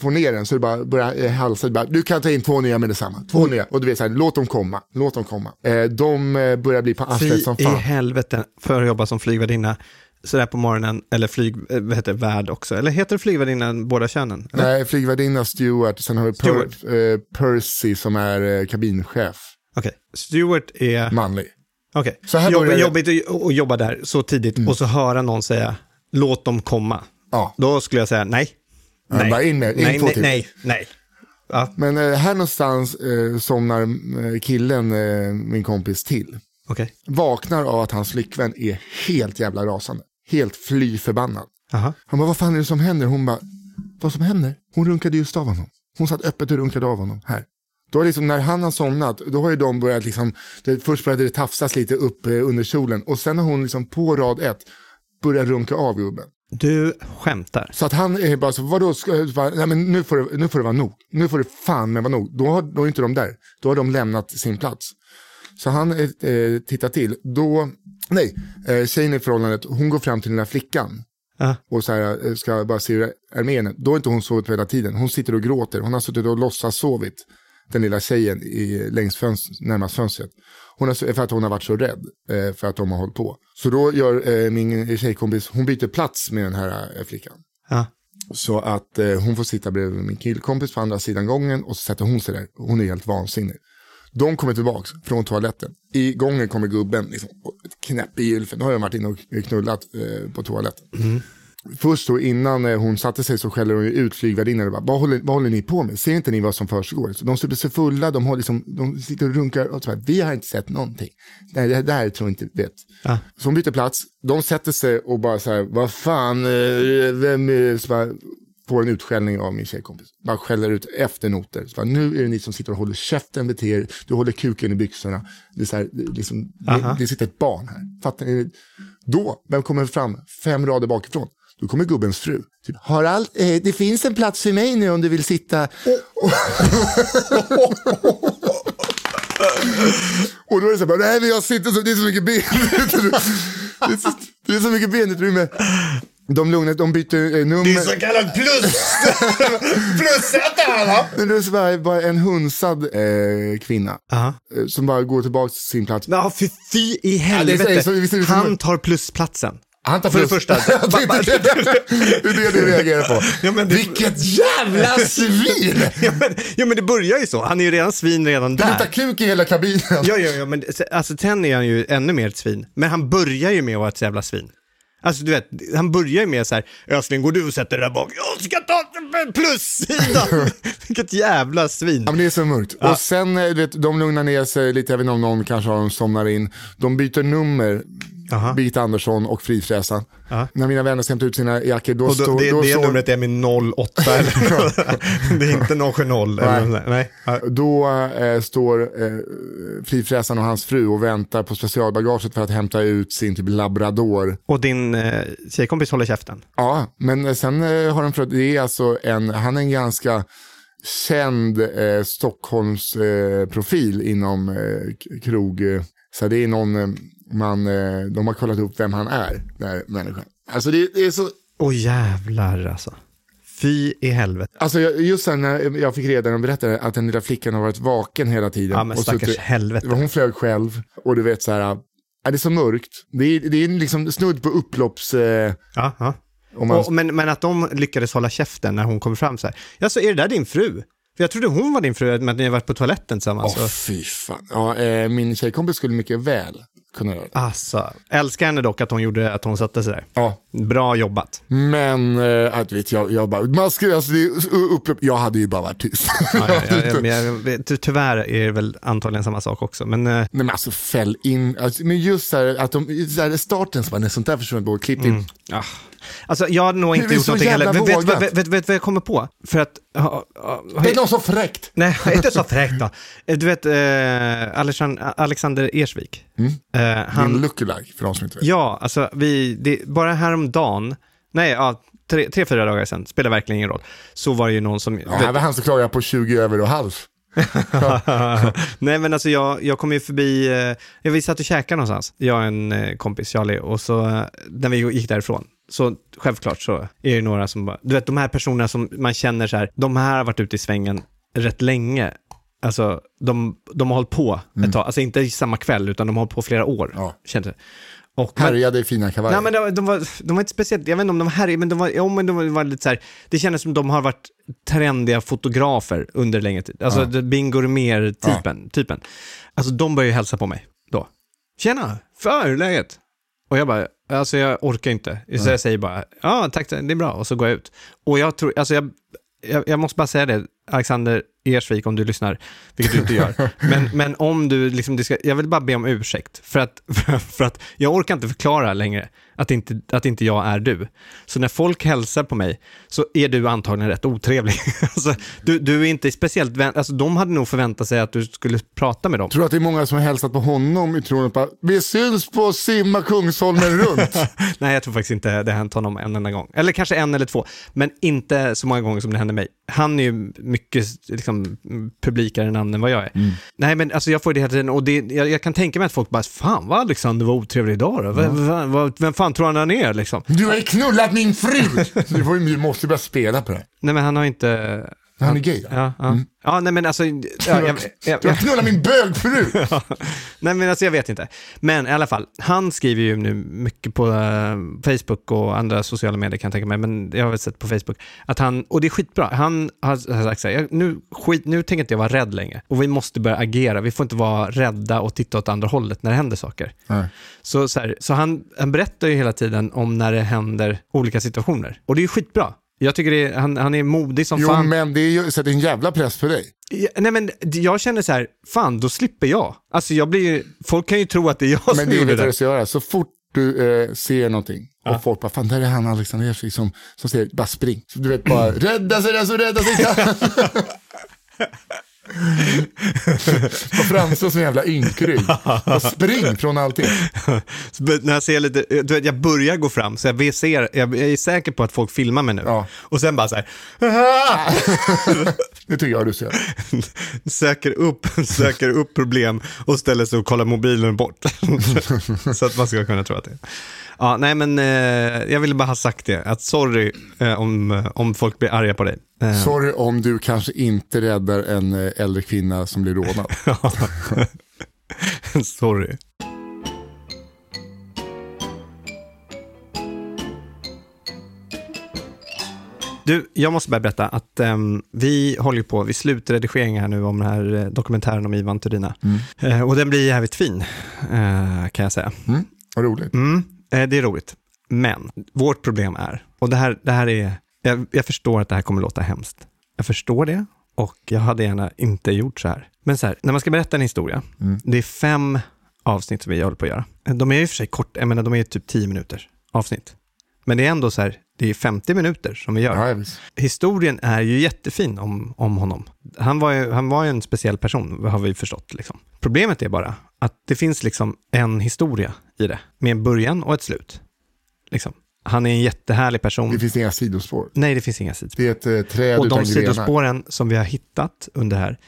får ner den, så är det bara börjar eh, halsa. Det bara, du kan ta in två nya med detsamma. Två nya. Och du vet, så här, låt dem komma. Låt dem komma. Eh, de eh, börjar bli på arslet
Fy
som
i
fan.
helvete för att jobba som flygvärdinna sådär på morgonen, eller flyg, eh, vad heter det, värd också. Eller heter det flygvärdinna båda könen? Eller?
Nej, flygvärdinna Stewart, sen har vi per,
Stewart.
eh, Percy som är eh, kabinchef,
Okej, Stewart är...
manlig.
Okej,
Mm. Så här
Jobb,
börjar det. Mm.
jobbigt att att jobba där så tidigt och så höra någon säga låt dem komma.
Ja.
Då skulle jag säga nej.
Ja, bara in med- in
nej,
två
nej,
till.
nej, nej.
Men eh, här någonstans eh, somnar eh, killen, eh, min kompis, till.
Okej,
Vaknar av att hans flickvän är helt jävla rasande. Helt fly förbannad.
Aha.
Han bara, vad fan är det som händer? Hon bara, vad som händer? Hon runkade just av honom. Hon satt öppet och runkade av honom här. Då har liksom, när han har somnat, då har ju de börjat liksom, det, först började det tafsas lite upp eh, under kjolen och sen har hon liksom på rad ett börjat runka av gubben.
du skämtar.
Så att han är bara så, vadå, ska, jag bara, nej men nu får, det, nu får det vara nog. Nu får det fan med vara nog. Då, har, då är inte de där. Då har de lämnat sin plats. Så han eh, tittar till. Då, nej, eh, tjejen i förhållandet, hon går fram till den där flickan.
Ja.
Och så här, eh, ska bara se hur det är med henne. Då har inte hon sovit på hela tiden. Hon sitter och gråter. Hon har suttit och låtsas sovit. Den lilla tjejen i, längs fönst, närmast fönstret. Hon har, för att hon har varit så rädd eh, för att de har hållit på. Så då gör eh, min tjejkompis, hon byter plats med den här eh, flickan.
Ja.
Så att eh, hon får sitta bredvid min killkompis på andra sidan gången och så sätter hon sig där. Hon är helt vansinnig. De kommer tillbaks från toaletten. I gången kommer gubben, liksom, och knäpp i gylfen. Då har jag varit inne och knullat eh, på toaletten. Först då innan eh, hon satte sig så skäller hon ju ut flygvärdinnan och bara, vad håller, vad håller ni på med? Ser inte ni vad som försiggår? Så de super sig fulla, de, har liksom, de sitter och runkar och så här, vi har inte sett någonting. Nej, det, det här tror jag inte, vet. Så hon byter plats, de sätter sig och bara så här, vad fan, eh, vem är, så bara, får en utskällning av min tjejkompis. Bara skäller ut efter noter. Så bara, nu är det ni som sitter och håller käften bete er, du håller kuken i byxorna. Det, är så här, det, liksom, det, det sitter ett barn här. Fattar ni? Då, vem kommer fram fem rader bakifrån? Då kommer gubbens fru. Typ, Har allt, eh, det finns en plats för mig nu om du vill sitta. Och då är det så här, bara, nej men jag sitter så, det är så mycket benutrymme. Det är så, det är så mycket benutrymme. De lugnar, de byter eh, nummer.
kallad plus. Plussätta alla.
Men det är så bara, bara en hunsad eh, kvinna eh, som bara går tillbaka till sin plats.
Ja, för fy i
det är så-
helvete.
så- visst är det som-
Han tar plusplatsen.
Han tar
För det
förlust.
första.
det, är det, det är det du reagerar på.
Ja, men det-
Vilket jävla svin!
Ja men, ja, men det börjar ju så. Han är ju redan svin redan
Det luktar
där.
kuk i hela kabinen.
Ja, ja, ja, men se- alltså sen är han ju ännu mer ett svin. Men han börjar ju med att vara ett jävla svin. Alltså du vet, han börjar ju med så här, Ösling går du och sätter dig där bak, jag ska ta plussidan. Vilket jävla svin.
Ja, men det är så mörkt. Och sen, eh, du vet, de lugnar ner sig lite, jag vet inte om någon kanske har de somnar in. De byter nummer, Birgitta Andersson och Frifräsaren. När mina vänner ska hämta ut sina jackor, då,
Och då,
står...
det,
då
det
står,
numret är min 08 eller något. Det är inte 070 eller
Nej.
något sånt där. Nej. Ja.
Då eh, står eh, Frifräsaren och hans fru och väntar på specialbagaget för att hämta ut sin typ labrador.
Och din eh, tjejkompis håller käften.
Ja, men eh, sen eh, har han för det är alltså en, han är en ganska känd eh, Stockholms eh, profil inom eh, k- krog. Eh, så det är någon eh, man, eh, de har kollat upp vem han är, den här människan. Alltså det, det är så,
Åh jävlar alltså. Fy i helvete.
alltså jag, just sen när jag fick reda på, de berättade att den lilla flickan har varit vaken hela tiden.
Ja men
och typ-
stackars
suttit-
helvete.
Hon flög själv och du vet så här, ja, det är så mörkt. Det är, det är liksom snudd på upplopps... Eh,
Ja, ja.
om man,
Och, men, men att de lyckades hålla käften när hon kom fram så här. Ja, så är det där din fru? För jag trodde hon var din fru, men att ni har varit på toaletten tillsammans.
Åh
Och-
fy fan. Ja, eh, min tjejkompis skulle mycket väl kunna göra det.
Alltså, älskar henne dock att hon gjorde att hon satte sig där.
Ja.
Bra jobbat.
Men eh, att vet jag, jag bara, man ska, alltså, det är upp, upp, jag hade ju bara varit tyst. Typ.
Ja, ja, ja, men jag, ty- tyvärr är det väl antagligen samma sak också, men eh,
Nej men alltså fäll in, alltså, men just så här, att de, så här, starten, så bara, när sånt där försvinner på, klipp in.
Ah. Alltså jag hade nog
Det
inte
är
gjort
så
någonting
jävla
heller. Vet- Vet
vågat.
vet- vet- vet du vad jag kommer på? För att... ha- ha-
Det är någon så fräckt.
Nej, inte så fräckt då. Eh, Du vet eh, Alexan- Alexander Ersvik. Eh,
Mm. Din
han,
lookalike, för de som inte vet.
ja, alltså vi, det, bara häromdagen, nej, ja, tre, tre, fyra dagar sedan, spelar verkligen ingen roll, så var det ju någon som...
Ja, här var han som klagade på 20 över och halv.
Nej men alltså jag, jag kom ju förbi, eh, ja, vi satt och käkade någonstans, jag och en eh, kompis, Charlie, och så eh, när vi gick därifrån, så självklart så är det några som bara, du vet de här personerna som man känner så här, de här har varit ute i svängen rätt länge. Alltså de, de har hållit på ett tag, alltså inte i samma kväll utan de har hållit på flera år.
Ja.
Känns det. Och, men-
Härjade i fina kavajer.
Nej, men de, de, var, de var inte speciellt, jag vet inte om de var här, men de var, ja, men de var, var lite så här, det kändes som de har varit trendiga fotografer under längre tid. Alltså ja. Bingo typen typen. Alltså de började ju hälsa på mig då. Tjena, för hur är läget? Och jag bara, alltså jag orkar inte. Så jag säger bara, ja tack, det är bra, och så går jag ut. Och jag tror, alltså jag, jag, jag måste bara säga det, Alexander Ersvik, om du lyssnar, vilket du inte gör. Men, men om du, liksom, det ska, jag vill bara be om ursäkt, för att, för, att jag orkar inte förklara längre att inte, att inte jag är du. Så när folk hälsar på mig så är du antagligen rätt otrevlig. Alltså, du, du är inte speciellt, vän, alltså, de hade nog förväntat sig att du skulle prata med dem.
Tror du att det är många som har hälsat på honom i tron att bara, vi syns på Simma Kungsholmen runt.
Nej, jag tror faktiskt inte det har hänt honom en enda gång. Eller kanske en eller två, men inte så många gånger som det hände mig. Han är ju mycket liksom, liksom mm, publikare namn än vad jag är. Nej, men alltså jag får det hela tiden och det, jag, jag kan tänka mig att folk bara, fan vad Alexander var otrevlig idag då. V- v- vad- vem fan tror han han är liksom?
Du har ju knullat min fru! Du, får, ju- du måste ju börja spela på det.
Nej, men han har inte...
Han är gay. Ja.
Ja, ja. ja nej men alltså... Ja, jag, jag, jag,
Du har knullat min bögfru!
nej men alltså jag vet inte. Men i alla fall, han skriver ju nu mycket på eh, Facebook och andra sociala medier kan jag tänka mig, men jag har väl sett på Facebook, att han, och det är skitbra, han har har sagt så här, "Jag- nu, skit, nu tänker inte jag vara rädd längre och vi måste börja agera, vi får inte vara rädda och titta åt andra hållet när det händer saker. Så, så, här, så han, han berättar ju hela tiden om när det händer olika situationer och det är ju skitbra. Jag tycker det är, han, han är modig som
Jo,
fan.
men det är ju, sätter en jävla press på dig.
Ja, nej men d- jag känner så här, fan då slipper jag. Alltså jag blir ju, folk kan ju tro att det är jag
Men
som
det är
gjorde
vet du vad du
det.
ska göra. Så fort du eh, ser någonting och folk bara, fan där är han Alexander Jersey som, som säger, bara spring. Så du vet bara, rädda sig den som rädda sig kan. Bara framstå som en jävla ynkrygg. Bara Spring från allting.
Så bör- När jag ser lite, eh, du vet, jag börjar gå fram så jag, vet- ser, jag, jag är säker på att folk filmar mig nu.
Ja.
Och sen bara så här,
Det tycker jag du ska göra.
söker upp, söker upp problem och ställer sig och kollar mobilen bort. så att man ska kunna tro att det är. Ja, nej men eh, jag ville bara ha sagt det, att sorry eh, om, om folk blir arga på dig. Eh,
Sorry om du kanske inte räddar en eh, äldre kvinna som blir rånad.
Sorry. Du, jag måste bara berätta att ehm, vi håller ju på, vi slutredigering här nu om den här eh, dokumentären om Ivan Turina. Eh, och den blir jävligt fin, eh, kan jag säga.
Mm? Vad roligt.
Mm, eh, det är roligt. Men vårt problem är, och det här, det här är, jag, jag förstår att det här kommer låta hemskt. Jag förstår det och jag hade gärna inte gjort så här. Men så här, när man ska berätta en historia,
Mm.
det är fem avsnitt som vi håller på att göra. De är ju i och för sig korta, jag menar de är ju typ tio minuter avsnitt. Men det är ändå så här, det är 50 minuter som vi gör
Ja, jag visst.
historien är ju jättefin om, om honom. Han var, ju, han var ju en speciell person, har vi förstått. Liksom. Problemet är bara att det finns liksom en historia i det, med en början och ett slut. Liksom. Han är en jättehärlig
Det
person.
finns inga sidospår.
Nej, det finns inga sidospår.
Det är ett eh, träd
Och de
utan grenar.
sidospåren som vi har hittat under det här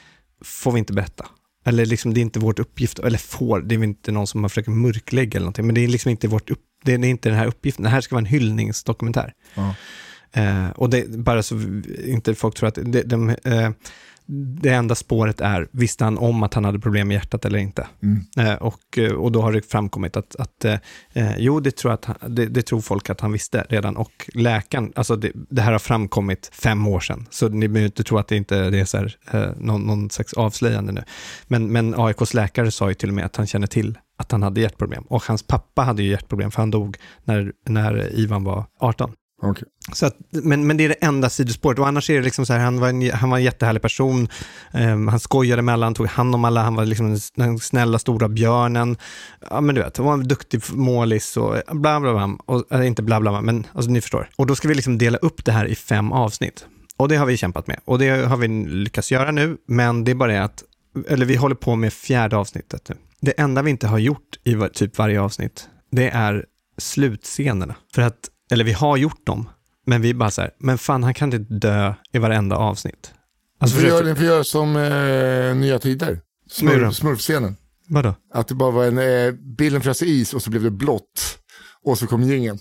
får vi inte berätta. Eller liksom, det är inte vårt uppgift, eller får, det är väl inte någon som har försökt mörklägga eller någonting, men det är liksom inte vårt upp, det är inte den här uppgiften. Det här ska vara en hyllningsdokumentär. Eh, och det, bara så vi- inte folk tror att, det, de, eh, det enda spåret är, visste han om att han hade problem med hjärtat eller inte?
Mm,
Eh, och, eh, och då har det framkommit att, att eh, eh, jo, det tror, att han, det, det tror folk att han visste redan. Och läkaren, alltså det, det här har framkommit fem år sedan, så ni behöver inte tro att det inte det är så här, eh, någon, någon slags avslöjande nu. Men, men AIKs läkare sa ju till och med att han känner till att han hade hjärtproblem. Och hans pappa hade ju hjärtproblem, för han dog när, när Ivan var 18.
Okej.
Så att, men, men det är det enda sidospåret. Och annars är det liksom så här, han var en, han var en jättehärlig person. Ehm, han skojade med alla, han tog hand om alla, han var liksom den s- den snälla stora björnen. Ja, men du vet, han var en duktig f- målis och bla bla bla. Och, eller inte bla bla bla, men alltså, ni förstår. Och då ska vi liksom dela upp det här i fem avsnitt. Och det har vi kämpat med. Och det har vi lyckats göra nu, men det är bara det att, eller vi håller på med fjärde avsnittet nu. Det enda vi inte har gjort i var, typ varje avsnitt, det är slutscenerna. För att, eller vi har gjort dem, men vi är bara så här, men fan han kan inte dö i varenda avsnitt. Alltså,
Vi
förstår
gör,
du?
vi gör som eh, Nya Tider.
Hur då?
Smurf, smurfscenen.
Vadå?
Att det bara var en, eh, bilden frös i is och så blev det blått. Och så kom gingen.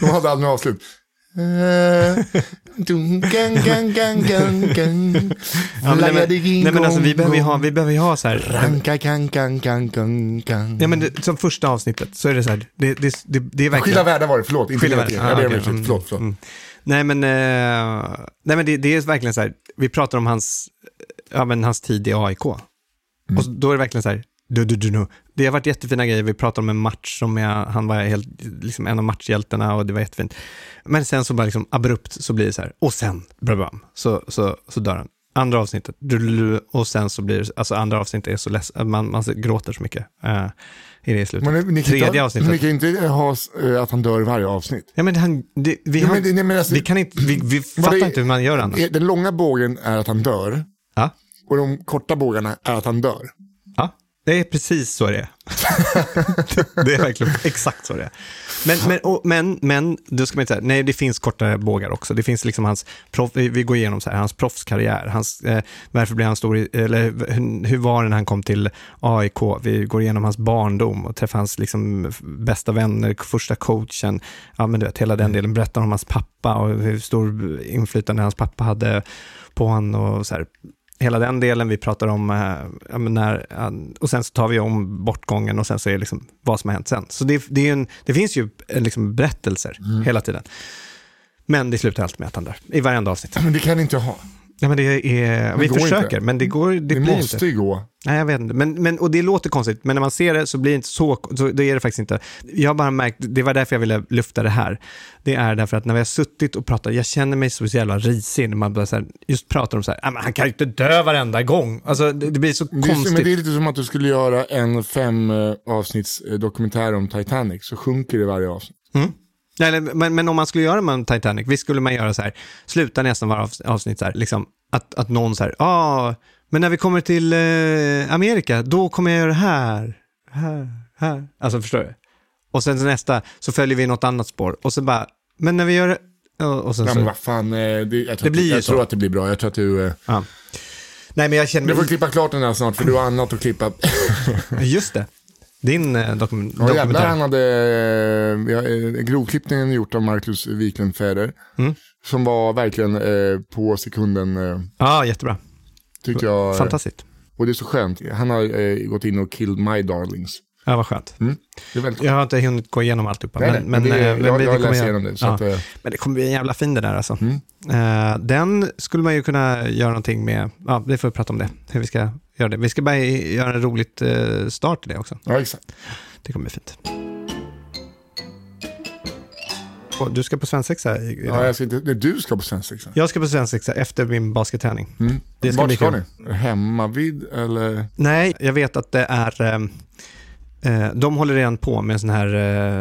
De hade aldrig något avslut. Eh, dun, gun, gun, gun, gun, gun.
Ja, men, nej, men,
Flaggade ging,
nej, men alltså, vi
gong,
behöver ju ha,
gong.
vi behöver ju ha så här,
Ranka, kan, kan, kan, kan, kan.
ja, men det, som första avsnittet så är det så här, det, det, det, det är verkligen...
Skilda världar var det, förlåt. Inte
Skilda
Nya
världar.
Tider. Jag ber om
Ah, okej.
ursäkt, förlåt. förlåt.
Nej men, eh, nej, men det, det är verkligen så här, vi pratar om hans, ja, men hans tid i AIK. Och så- då är det verkligen så här, du, du, du, nu. det har varit jättefina grejer, vi pratar om en match som jag, han var helt, liksom en av matchhjältarna och det var jättefint. Men sen så bara liksom abrupt så blir det så här, och sen, brabam, så, så, så dör han. Andra avsnittet, du, du, du, och sen så blir det, alltså andra avsnittet är så ledset, man, man gråter så mycket eh, i det slutet.
Men ni kan
Tredje
inte,
avsnittet.
Ni kan inte ha eh, att han dör i varje avsnitt.
Ja, men han, det, vi,
Ja,
har,
men det- nej, men alltså-
vi kan inte, vi, vi
Vad
fattar
det-
inte hur man gör annars.
Eh, Den långa bågen är att han dör.
Ja,
Och de korta bågarna är att han dör.
ja. Det är precis så det är. det är verkligen exakt så det är. Men, men, och, men, men då ska man inte säga, nej det finns korta bågar också. Det finns liksom hans, proff, vi vi går igenom så här, hans proffskarriär, hans, eh, varför blev han stor, i, eller hur, hur var det när han kom till AIK? Vi går igenom hans barndom och träffar hans liksom, bästa vänner, första coachen, ja men du vet hela den delen, berättar om hans pappa och hur stor inflytande hans pappa hade på honom och så här hela den delen, vi pratar om, eh, ja, men när, han- och sen så tar vi om bortgången och sen så är det liksom vad som har hänt sen. Så det, det, är ju en, det finns ju eh, liksom berättelser
Mm.
hela tiden. Men det slutar alltid med att han dör, i varenda avsnitt.
Men det kan inte jag ha.
Ja, men det är, vi
går inte.
försöker, men det, går, det,
Det
blir
måste
inte.
ju gå.
Nej, jag vet inte. Men, men, och det låter konstigt, men när man ser det så blir det inte så, så då är det faktiskt inte. Jag har bara märkt, det var därför jag ville lufta det här. Det är därför att när vi har suttit och pratat, jag känner mig så jävla risig när man bara så här, just pratar om så här, "Ah, men han kan ju inte dö varenda gång. Alltså det, det blir så
Det är,
konstigt.
men det är lite som att du skulle göra en fem eh, avsnitts eh, dokumentär om Titanic, så sjunker det varje avsnitt.
Nej, nej, men, men om man skulle göra med Titanic, visst skulle man göra så här, sluta nästan varje avs- avsnitt så här, liksom, att, att någon så här, ja, ah, men när vi kommer till eh, Amerika, då kommer jag göra det här, här, här. Alltså förstår du? Och sen nästa, så följer vi något annat spår och så bara, men när vi gör det, och, och sen
Nej men
så,
vad fan, eh, det, jag, tror,
Alltså- Det blir
att,
ju
jag
så.
tror att det blir bra. Jag tror att du... eh,
ja. Nej, men jag känner
Du får
mig,
klippa klart den här snart för du har annat att klippa.
just det, din eh, dokumen-
Ja jävlar
dokumentär.
han hade, eh, ja, eh, grovklippningen gjort av Marcus Wiklundfäder.
Mm.
Som var verkligen eh, på sekunden, eh,
Ja, jättebra.
tyckte jag. eh,
Fantastiskt.
Och det är så skönt. Han har eh, gått in och killed my darlings. Mm.
Ja, vad skönt.
Det är väldigt
Jag har inte hunnit gå igenom alltihopa.
Nej,
men,
nej, men det-
eh,
jag- jag
kommer
läser
göra-
igenom det, så
ja.
att, eh. Mm.
Men det kommer bli en jävla fin det där alltså. Eh, den skulle man ju kunna göra någonting med. Ja, vi får prata om det. Hur vi ska göra det. Vi ska bara i- göra en roligt eh, start till det också.
Ja exakt.
Det kommer bli fint. Och Du ska på svensexa i- idag.
Ja, jag ska inte, nej, du ska på svensexa.
Jag ska på svensexa efter min basketträning. Det ska
Vart
bli
ska
kul.
ni? Hemma vid eller?
Nej, jag vet att det är... ehm, eh, de håller redan på med en sån här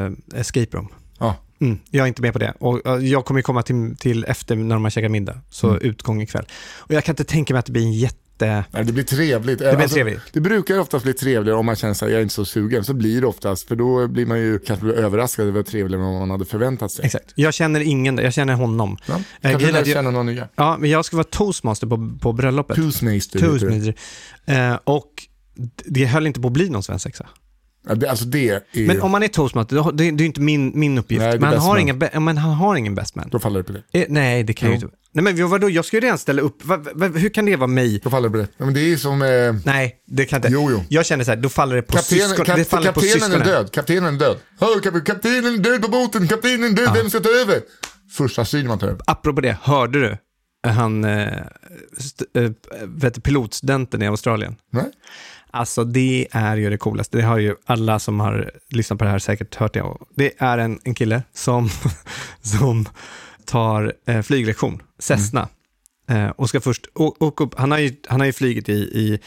eh, escape room.
Ja.
Mm, jag är inte med på det. Och eh, jag kommer ju komma till, till efter när de har käkat middag, så
Mm.
utgång ikväll. Och jag kan inte tänka mig att det blir en jätte...
Nej, det blir trevligt. Det,
blir trevligt.
det brukar oftast bli trevligare om man känner sig jag är inte så sugen. Så blir det oftast, för då blir man ju kanske blir överraskad över trevligare än vad man hade förväntat sig.
Exakt. Jag känner ingen, jag känner honom.
Ja.
Eh,
Kanske
grejen är
lär
att jag,
känna någon nya.
ja, men jag ska vara toastmaster på, på bröllopet.
Toastmaster. heter det.
Toastmaster. Eh, och d- det höll inte på att bli någon svensexa.
Ja, det, alltså det är...
Men om man är toastmaster, då- det, det är ju inte min, min uppgift.
Nej, det är
men, han
best
har
man.
ingen, be- men han har ingen best man.
Då faller det på det.
Eh, nej, det kan jag ju inte. Nej, men jag- vadå, jag ska ju redan ställa upp. Va, va, hur kan det vara mig?
Då faller det på det. Ja, men det är ju som... Eh,
Nej, det kan inte.
Jo, jo.
Jag känner så här, då faller det på
kapten,
syskon.
kap,
det faller på
kaptenen är
syskonen.
död. Kaptenen är död. Hör, kap, kaptenen är död på båten. Kaptenen är död. Vem ska ta över? Första synen man tar över.
Apropå det, hörde du eh, han, eh, st- eh, vet du, pilotstudenten i Australien?
Nej?
Alltså det är ju det coolaste. Det har ju alla som har lyssnat på det här säkert hört det. Och Det är en, en kille som, som tar eh, flyglektion, Cessna.
Mm.
Eh, och ska först å- åka upp. Han har ju, han har ju flygit i, i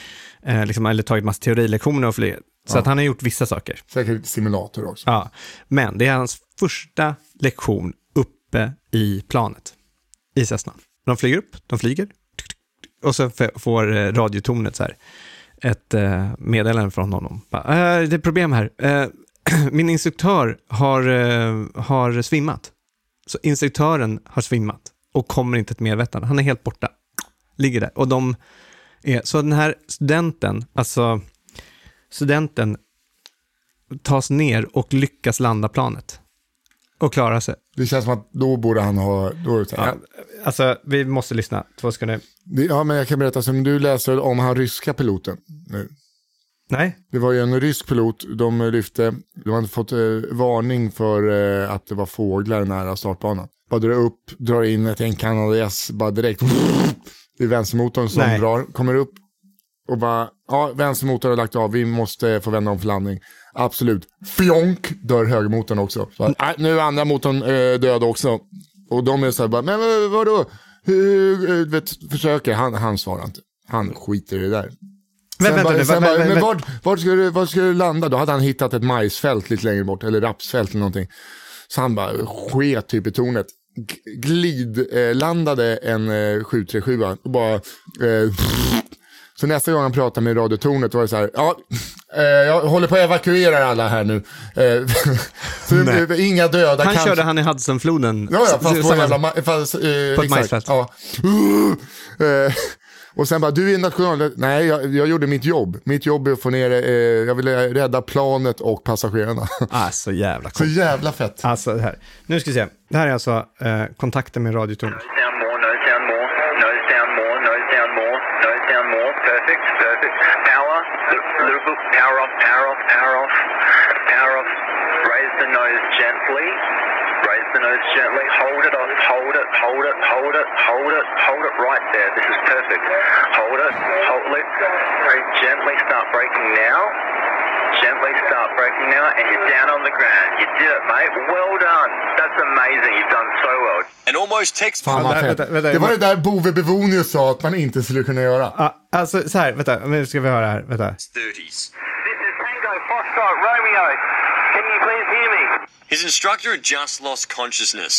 eh, liksom, eller tagit massa teorilektioner och flugit. Så att han har gjort vissa saker.
Säkert simulator också.
Ja, men det är hans första lektion uppe i planet i Cessna. De flyger upp, de flyger och så f- får eh, radiotornet så här ett eh, meddelande från honom. Bara, "Eh, Det är problem här. Eh, Min instruktör har, eh, har svimmat. Så instruktören har svimmat och kommer inte till medvetande. Han är helt borta. Ligger där. Och de är, så den här studenten, alltså studenten tas ner och lyckas landa planet och klara sig.
Det känns som att då borde han ha... Då är det så här,
Ja. Alltså, vi måste lyssna. Två sekunder.
Det- Ja, men jag kan berätta som du läser om han ryska piloten nu.
Nej,
Det var ju en rysk pilot de lyfte. De hade fått eh, varning för eh, att det var fåglar nära startbanan. Bara drar upp, drar in ett en kanadagäss, bara direkt. Det är vänstermotorn som
Nej.
drar, kommer upp och bara, ja vänstermotorn har lagt av, vi måste få vända om för landning. Absolut. Fjonk, dör högermotorn också. Så,
Mm.
här, "Nej, nu är andra motorn eh, död också. Och de är så här, bara, men eh, vadå? Hur, hur, vet, försöker, han, han svarar inte. Han skiter i det där.
Men
Sen
vänta
bara-
nu,
sen
men-
bara,
men-
men
men-
vart- Vart ska, du, vart ska du landa? Då hade han hittat ett majsfält lite längre bort, eller rapsfält eller någonting. Så han bara sket typ i tornet. G- Glidlandade eh, landade en eh, 737 och bara... Eh, Så nästa gång han pratade med Radiotornet var det så här, ja, eh, jag håller på att evakuera alla här nu. Eh, så det
Nej.
blev inga döda
Han
kanske.
körde han i Hudsonfloden.
Ja, ja,
Så-
fast på
samma-
en jävla ma- fast, eh,
På ett
exakt,
majsfält.
Ja. Uh, eh, och sen bara, du är national... Nej, jag, jag gjorde mitt jobb. Mitt jobb är att få ner, eh, jag ville rädda planet och passagerarna.
Alltså jävla
Så
coolt.
jävla fett.
Alltså det här. Nu ska vi se. Det här är alltså eh, kontakten med Radiotornet.
Nose down more, nose down more, nose down more, nose down more, nose down more. Perfect, perfect. Power, little, little bit power off, power off, power off, power off. Raise the nose gently. Raise the nose gently. Hold it off, hold it, hold it, hold it, hold it, hold it right there. This is perfect. Hold it, hold it. Very gently start breaking now. Gently start breaking now, and you're down on the ground. You did it, mate. Well done. That's amazing. You've done so well.
And almost takes
Fan vad
Vänta,
fett.
vänta, vänta,
det var
jag-
det där Bove Bevonius sa att man inte skulle kunna göra.
Ah, alltså så här, vänta. Nu ska vi höra här. Vänta.
30s.
This is Tango Foxtrot Romeo. Can you please hear me?
His instructor had just lost consciousness.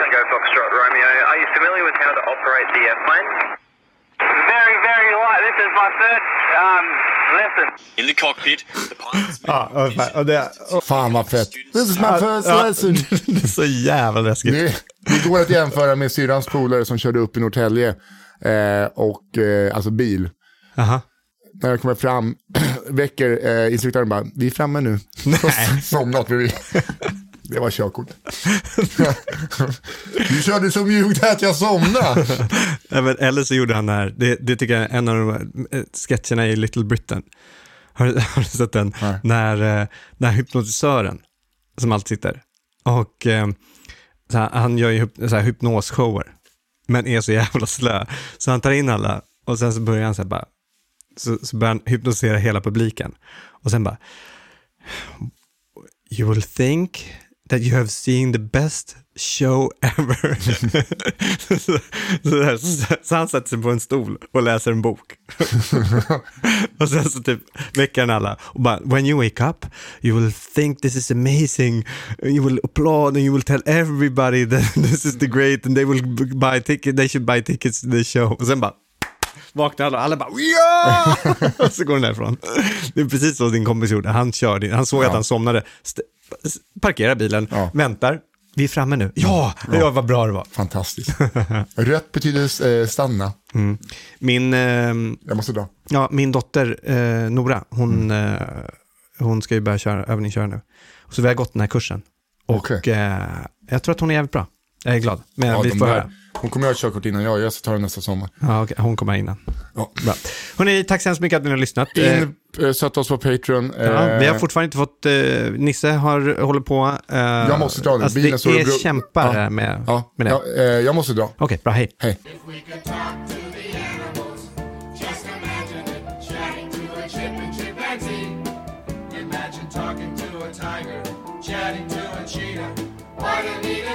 Tango Foxtrot Romeo, are you familiar with how to operate the airplane? Very, very light. This is my first um, lesson.
In the cockpit, the pilot's
Ja, och, fan- Ah, och det... Och, Ah,
Fan vad fett. This is my first
ja.
lesson.
det är så jävla läskigt.
Det, det går att jämföra med syrrans polare som körde upp i Norrtälje. Eh, och, eh, alltså bil.
Aha.
när jag kommer fram väcker eh, instruktören bara, vi är framme nu. Nej. Somnat bredvid. Det var körkort. du körde så mjukt här att jag somnade.
Ja, men Eller så gjorde han det här, det, det tycker jag är en av de här, eh, sketcherna i Little Britain. Har, du- har du sett den?
Nej.
När, eh, när hypnotisören, som alltid sitter, och eh, så här, han gör ju hyp, så här, hypnosshower, men är så jävla slö. Så han tar in alla och sen så börjar han så här bara, så, så börjar han hypnotisera hela publiken. Och sen bara, you will think that you have seen the best show ever. så, så, här, så, så han sätter sig på en stol och läser en bok. och sen så typ väcker han alla och bara, when you wake up you will think this is amazing, you will applaud and you will tell everybody that this is the great and they will buy tickets, they should buy tickets to the show. Och sen bara, Vaknar alla och alla bara ja! Och så går den därifrån. Det är precis så din kompis gjorde. Han körde, han såg att han somnade, st- s- parkerar bilen,
Ja.
väntar. Vi är framme nu. Ja, ja. vad bra det var.
Fantastiskt. Rött betyder eh, stanna.
Min, ehm,
Jag måste dra.
ja, min dotter eh, Nora, hon,
Mm.
eh, hon ska ju börja köra, övningsköra nu. Och så vi har gått den här kursen. Och
Okej.
eh, jag tror att hon är jävligt bra. Jag är glad. Men
Ja,
vi
de
får
där-
höra.
Hon kommer ha ett körkort innan jag, jag ska ta den nästa sommar.
Ja, okej, hon kommer här innan.
Ja.
Bra. Hörrni, tack så hemskt mycket att ni har lyssnat. Eh,
In, eh, sätt oss på Patreon. Eh,
Ja, vi har fortfarande inte fått, eh, Nisse har, håller på. Eh,
Jag måste dra nu.
Alltså,
Bilen
det
står och
är
bro-
kämpar
Ja.
med,
ja,
med det.
ja, eh, jag måste dra.
Okej, bra, hej.
Hej.
If we could talk to the animals, just imagine it. Chatting to a chip and chimpanzee. Imagine talking to a tiger, chatting to a cheetah. What a neat